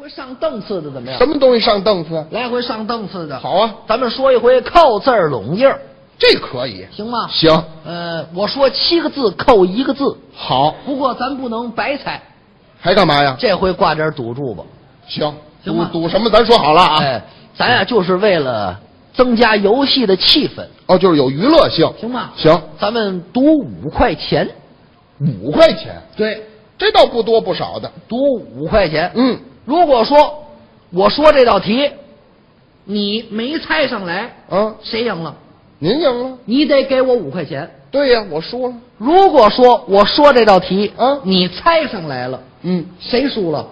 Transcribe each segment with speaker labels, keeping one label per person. Speaker 1: 回上档次的怎么样
Speaker 2: 什？么东西上档次？
Speaker 1: 来回上档次的。
Speaker 2: 好啊，
Speaker 1: 咱们说一回扣字儿拢印儿，
Speaker 2: 这可以，
Speaker 1: 行吗？
Speaker 2: 行，
Speaker 1: 呃，我说七个字扣一个字，
Speaker 2: 好，
Speaker 1: 不过咱不能白猜，
Speaker 2: 还干嘛呀？
Speaker 1: 这回挂点赌注吧。
Speaker 2: 行，
Speaker 1: 行
Speaker 2: 赌
Speaker 1: 吧
Speaker 2: 赌什么？咱说好了啊。
Speaker 1: 哎，咱呀就是为了增加游戏的气氛，
Speaker 2: 哦，就是有娱乐性，
Speaker 1: 行吗？
Speaker 2: 行，
Speaker 1: 咱们赌五块钱，
Speaker 2: 五块钱，
Speaker 1: 对，
Speaker 2: 这倒不多不少的。
Speaker 1: 赌五块钱。
Speaker 2: 嗯，
Speaker 1: 如果说我说这道题，你没猜上来，
Speaker 2: 啊，
Speaker 1: 谁赢了？
Speaker 2: 您赢了。
Speaker 1: 你得给我五块钱。
Speaker 2: 对呀，我输了。
Speaker 1: 如果说我说这道题，
Speaker 2: 啊
Speaker 1: 你猜上来了，
Speaker 2: 嗯，
Speaker 1: 谁输了？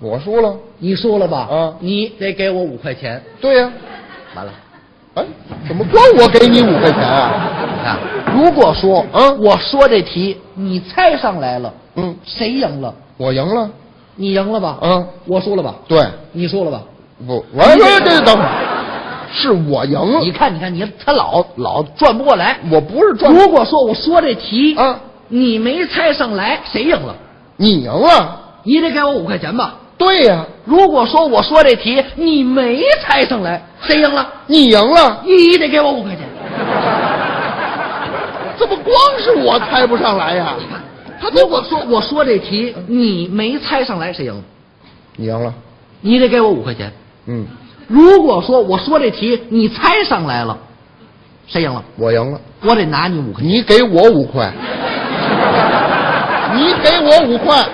Speaker 2: 我输了。
Speaker 1: 你输了吧？
Speaker 2: 啊
Speaker 1: 你得给我五块钱。
Speaker 2: 对呀，
Speaker 1: 完了，
Speaker 2: 哎，怎么光我给你五块钱啊？
Speaker 1: 你看，如果说
Speaker 2: 啊
Speaker 1: 我说这题你猜上来了，
Speaker 2: 嗯，
Speaker 1: 谁赢了？
Speaker 2: 我赢了。
Speaker 1: 你赢了吧？
Speaker 2: 啊，
Speaker 1: 我输了吧？
Speaker 2: 对，
Speaker 1: 你输了吧？
Speaker 2: 不，我哎这这等会儿，是我赢了。
Speaker 1: 你看，你看，你他老老转不过来。
Speaker 2: 我不是赚
Speaker 1: 如果说我说这题
Speaker 2: 啊，
Speaker 1: 你没猜上来，谁赢了？
Speaker 2: 你赢了。
Speaker 1: 你得给我五块钱吧。
Speaker 2: 对呀、
Speaker 1: 如果说我说这题你没猜上来，谁赢了？
Speaker 2: 你赢了，
Speaker 1: 你得给我五块钱。
Speaker 2: 怎么光是我猜不上来呀？他
Speaker 1: 如果说我说这题你没猜上来，谁赢了？
Speaker 2: 你赢了，
Speaker 1: 你得给我五块钱。
Speaker 2: 嗯，
Speaker 1: 如果说我说这题你猜上来了，谁赢了？
Speaker 2: 我赢了，
Speaker 1: 我得拿你五块钱。
Speaker 2: 你给我五块，你给我五块，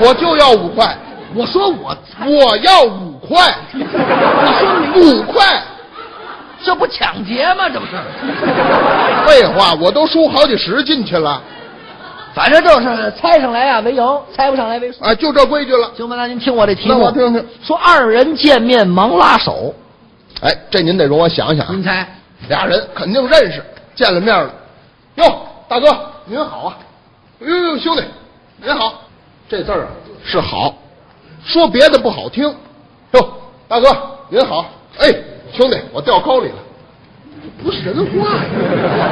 Speaker 2: 我就要五块，
Speaker 1: 我说我猜，
Speaker 2: 我要五块，
Speaker 1: 你说没，
Speaker 2: 五块，
Speaker 1: 这不抢劫吗？这不是。
Speaker 2: 废话，我都输好几十进去了，
Speaker 1: 反正就是猜上来啊为赢，猜不上来为输。
Speaker 2: 啊，就这规矩了。
Speaker 1: 行吧，那您听我这题
Speaker 2: 那
Speaker 1: 目，
Speaker 2: 我听听
Speaker 1: 说二人见面忙拉手，
Speaker 2: 哎，这您得容我想想啊
Speaker 1: 您。猜？
Speaker 2: 俩人肯定认识，见了面了。哟，大哥您好啊！哎呦呦，兄弟您好，这字儿啊是好，说别的不好听。哟，大哥您好，哎，兄弟我掉沟里了， 不是人话呀！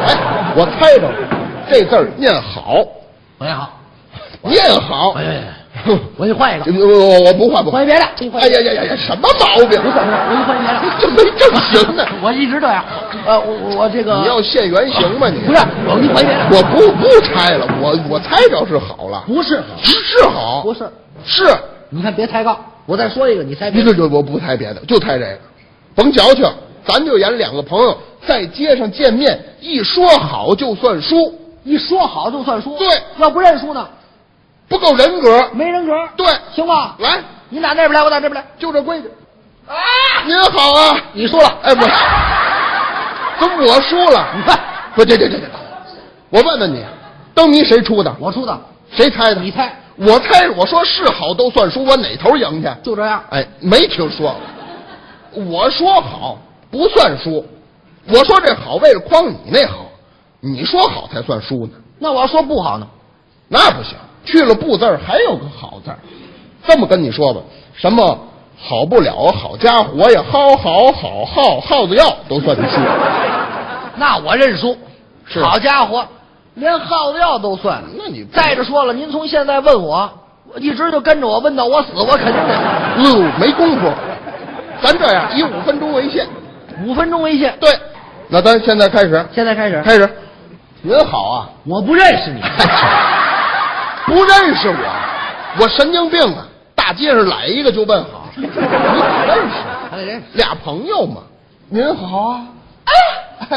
Speaker 2: 哎，我猜着了，这字儿念好，
Speaker 1: 喂，好，
Speaker 2: 念好。
Speaker 1: 哎哎哎 我给你 换一个，
Speaker 2: 我我我不换不
Speaker 1: 换
Speaker 2: 换
Speaker 1: 一别的，给你换
Speaker 2: 哎
Speaker 1: 一
Speaker 2: 呀
Speaker 1: 个。
Speaker 2: 呀呀呀，什么毛病？
Speaker 1: 我给你换一别的，
Speaker 2: 这没正形呢。
Speaker 1: 我一直这样。呃，我我我这个
Speaker 2: 你要现原形吗你？
Speaker 1: 不是，我给你换啊一别的，
Speaker 2: 我不不拆了，我我猜着是好了，
Speaker 1: 不是，
Speaker 2: 是好，
Speaker 1: 不是。
Speaker 2: 是，
Speaker 1: 你看别抬杠，我再说一个，你猜别
Speaker 2: 一
Speaker 1: 的
Speaker 2: 个就我不猜别的，就猜这个，甭矫情，咱就演两个朋友在街上见面，一说好就算输，
Speaker 1: 一说好就算输，
Speaker 2: 对
Speaker 1: 要不认输呢，
Speaker 2: 不够人格。
Speaker 1: 没人格，
Speaker 2: 对，
Speaker 1: 行吧？
Speaker 2: 来，
Speaker 1: 你打那边来，我打这边来。
Speaker 2: 就这规矩。
Speaker 1: 啊！
Speaker 2: 您好啊，
Speaker 1: 你输了，
Speaker 2: 哎我，怎么我输
Speaker 1: 你
Speaker 2: 了？
Speaker 1: 看
Speaker 2: 不，这这这这，我问问你，啊灯谜谁出的？
Speaker 1: 我出的，
Speaker 2: 谁猜的？
Speaker 1: 你猜，
Speaker 2: 我猜，我说是好都算输，我哪头赢去？
Speaker 1: 就这样。
Speaker 2: 哎，没听说过。我说好不算输，我说这好为了诓你那好，你说好才算输呢。
Speaker 1: 那我要说不好呢？
Speaker 2: 那不行，去了不字儿还有个好字儿。这么跟你说吧，什么好不了、好家伙呀、好好好耗耗子药都算输。
Speaker 1: 那我认输。
Speaker 2: 是
Speaker 1: 好家伙，连耗子药都算。
Speaker 2: 那你不
Speaker 1: 再者说了，您从现在问我，我一直就跟着我，问到我死，我肯定得
Speaker 2: 哟，嗯没功夫。咱这样以五分钟为限。
Speaker 1: 五分钟为限。
Speaker 2: 对，那咱现在开始，
Speaker 1: 现在开始，
Speaker 2: 开始。您好啊。
Speaker 1: 我不认识你，
Speaker 2: 不认识我，我神经病啊！大街上来一个就问好， 你怎么认识？
Speaker 1: 还得认识。
Speaker 2: 俩朋友嘛。您好啊！
Speaker 1: 啊
Speaker 2: 哎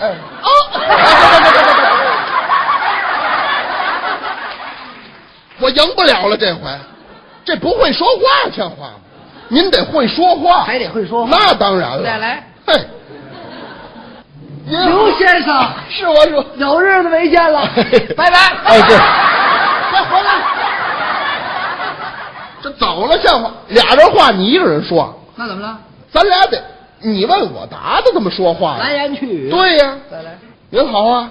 Speaker 2: 哎哦！ 我赢不了了，这回，这不会说话像话吗？您得会说话，
Speaker 1: 还得会说话
Speaker 2: 那当然了。
Speaker 1: 再来，
Speaker 2: 嘿，您好
Speaker 1: 刘先生，
Speaker 2: 是我是我。，
Speaker 1: 有日子没见了 拜拜。
Speaker 2: 哎对
Speaker 1: 快回来。
Speaker 2: 这走了像话，俩人话你一个人说，
Speaker 1: 那怎么了？
Speaker 2: 咱俩得你问我答的，怎么说话
Speaker 1: 来
Speaker 2: 呀？
Speaker 1: 言去语。，
Speaker 2: 啊对呀、
Speaker 1: 再来。
Speaker 2: 您好啊，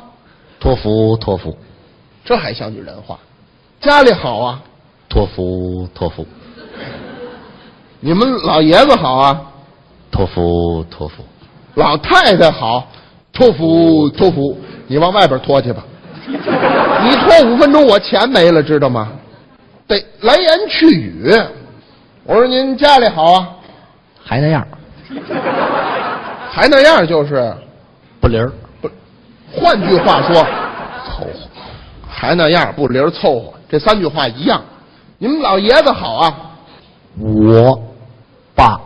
Speaker 3: 托福，托福，
Speaker 2: 这还像句人话。家里好啊，
Speaker 3: 托福，托福，
Speaker 2: 你们老爷子好啊，
Speaker 3: 托福，托福，
Speaker 2: 老太太好，托福托福，你往外边拖去吧。你拖五分钟，我钱没了，知道吗？得来言去语，我说您家里好啊，
Speaker 1: 还那样，
Speaker 2: 还那样就是，
Speaker 3: 不灵儿，
Speaker 2: 不，换句话说，凑合，还那样不离儿凑合，这三句话一样。你们老爷子好啊，
Speaker 3: 我爸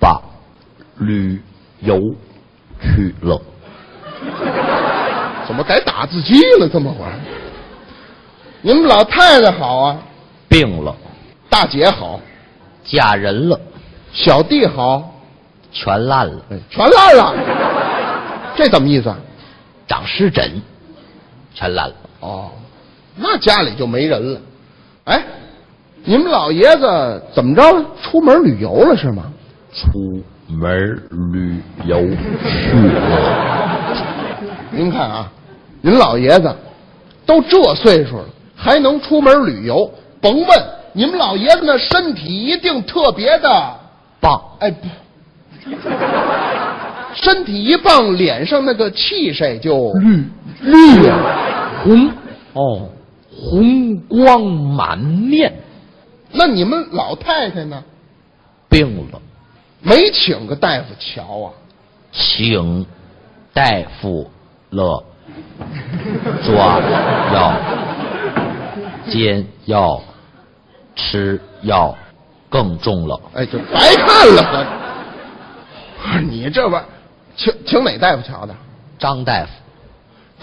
Speaker 3: 爸旅游去了，
Speaker 2: 怎么改打字机了？这么会儿，你们老太太好啊，
Speaker 3: 病了，
Speaker 2: 大姐好，
Speaker 3: 嫁人了，
Speaker 2: 小弟好，
Speaker 3: 全烂了，
Speaker 2: 全烂了，这怎么意思啊？
Speaker 3: 长湿疹，全烂了。
Speaker 2: 哦，那家里就没人了。哎，你们老爷子怎么着了？出门旅游了是吗？
Speaker 3: 出门旅游去了，
Speaker 2: 您看啊，您老爷子都这岁数了，还能出门旅游，甭问，你们老爷子那身体一定特别的，
Speaker 3: 棒，
Speaker 2: 哎，不身体一棒，脸上那个气势就
Speaker 3: 绿绿红
Speaker 2: 哦。
Speaker 3: 红光满面，
Speaker 2: 那你们老太太呢？
Speaker 3: 病了，
Speaker 2: 没请个大夫瞧啊？
Speaker 3: 请大夫 了，抓药，煎药，吃药，更重了，
Speaker 2: 哎，就白看了合着。 不是你这玩意儿，请请哪大夫瞧的？
Speaker 3: 张大夫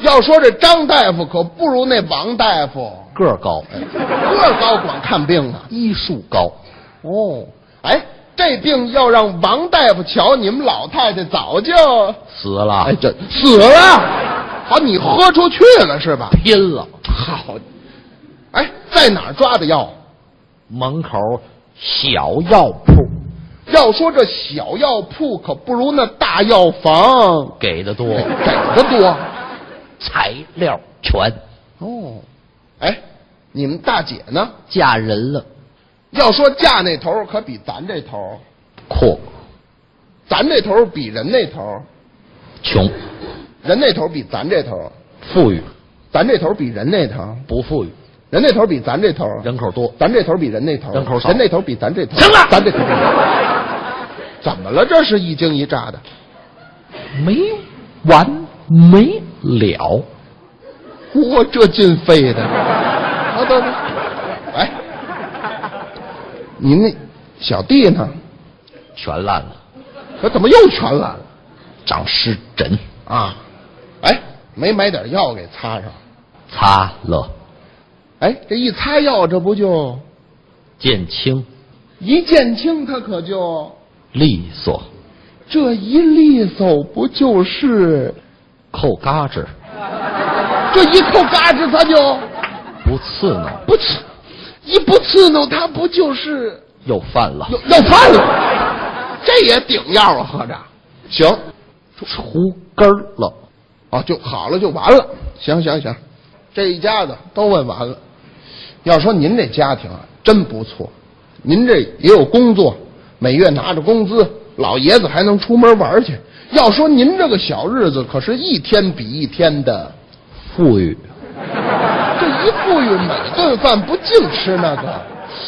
Speaker 2: 要说这张大夫可不如那王大夫，
Speaker 3: 个儿高，
Speaker 2: 个儿高管看病啊。
Speaker 3: 医术高，
Speaker 2: 哦，哎，这病要让王大夫瞧，你们老太太早就
Speaker 3: 死了，
Speaker 2: 哎这死了。好，你豁出去了是吧？
Speaker 3: 拼了，
Speaker 2: 好，哎，在哪儿抓的药？
Speaker 3: 门口小药铺。
Speaker 2: 要说这小药铺可不如那大药房
Speaker 3: 给的多，
Speaker 2: 给的多。
Speaker 3: 材料全，
Speaker 2: 哦，哎，你们大姐呢？
Speaker 3: 嫁人了，
Speaker 2: 要说嫁那头儿可比咱这头儿，
Speaker 3: 阔，
Speaker 2: 咱这头儿比人那头儿，
Speaker 3: 穷，
Speaker 2: 人那头儿比咱这头儿，
Speaker 3: 富裕，
Speaker 2: 咱这头儿比人那头儿，
Speaker 3: 不富裕，
Speaker 2: 人那头儿比咱这头儿，
Speaker 3: 人口多。
Speaker 2: 咱这头儿比人那头儿，
Speaker 3: 人口少
Speaker 2: 人那头儿比咱这头儿，
Speaker 3: 行了
Speaker 2: 咱这头儿比怎么了？这是一惊一乍的，
Speaker 3: 没完没了，
Speaker 2: 嚯，这劲飞的，啊，等等，哎，您那小弟呢？
Speaker 3: 全烂了，
Speaker 2: 可怎么又全懒了？
Speaker 3: 长湿疹，
Speaker 2: 啊，哎，没买点药给擦上。
Speaker 3: 擦了，
Speaker 2: 哎，这一擦药，这不就
Speaker 3: 减轻，
Speaker 2: 一见轻，他可就
Speaker 3: 利索，
Speaker 2: 这一利索，不就是
Speaker 3: 扣嘎吱，
Speaker 2: 这一扣嘎吱，他就
Speaker 3: 不刺挠，
Speaker 2: 不刺，一不刺挠，他不就是
Speaker 3: 又犯了，
Speaker 2: 要要饭了？这也顶药啊，合着行，
Speaker 3: 出根儿了，
Speaker 2: 啊，就好了，就完了。行行行，这一家子都问完了。要说您这家庭啊，真不错，您这也有工作，每月拿着工资，老爷子还能出门玩去。要说您这个小日子，可是一天比一天的，
Speaker 3: 富裕，
Speaker 2: 这一富裕，每顿饭不净吃那个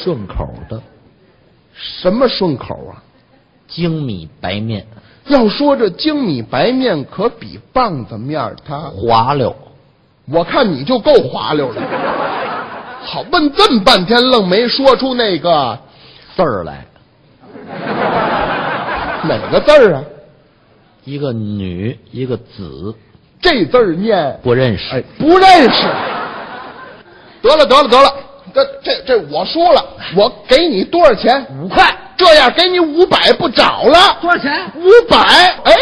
Speaker 3: 顺口的，
Speaker 2: 什么顺口啊。
Speaker 3: 精米白面，
Speaker 2: 要说这精米白面，可比棒子面儿它
Speaker 3: 滑溜，
Speaker 2: 我看你就够滑溜的。好，问这么半天，愣没说出那个
Speaker 3: 字儿来，
Speaker 2: 哪个字儿啊？
Speaker 3: 一个女，一个子，
Speaker 2: 这字儿念
Speaker 3: 不认识。
Speaker 2: 哎，不认识。得了，得了，得了，这这这我输了，我给你多少钱？
Speaker 1: 五块，
Speaker 2: 这样给你五百，不找了。
Speaker 1: 多少钱？
Speaker 2: 五百，哎，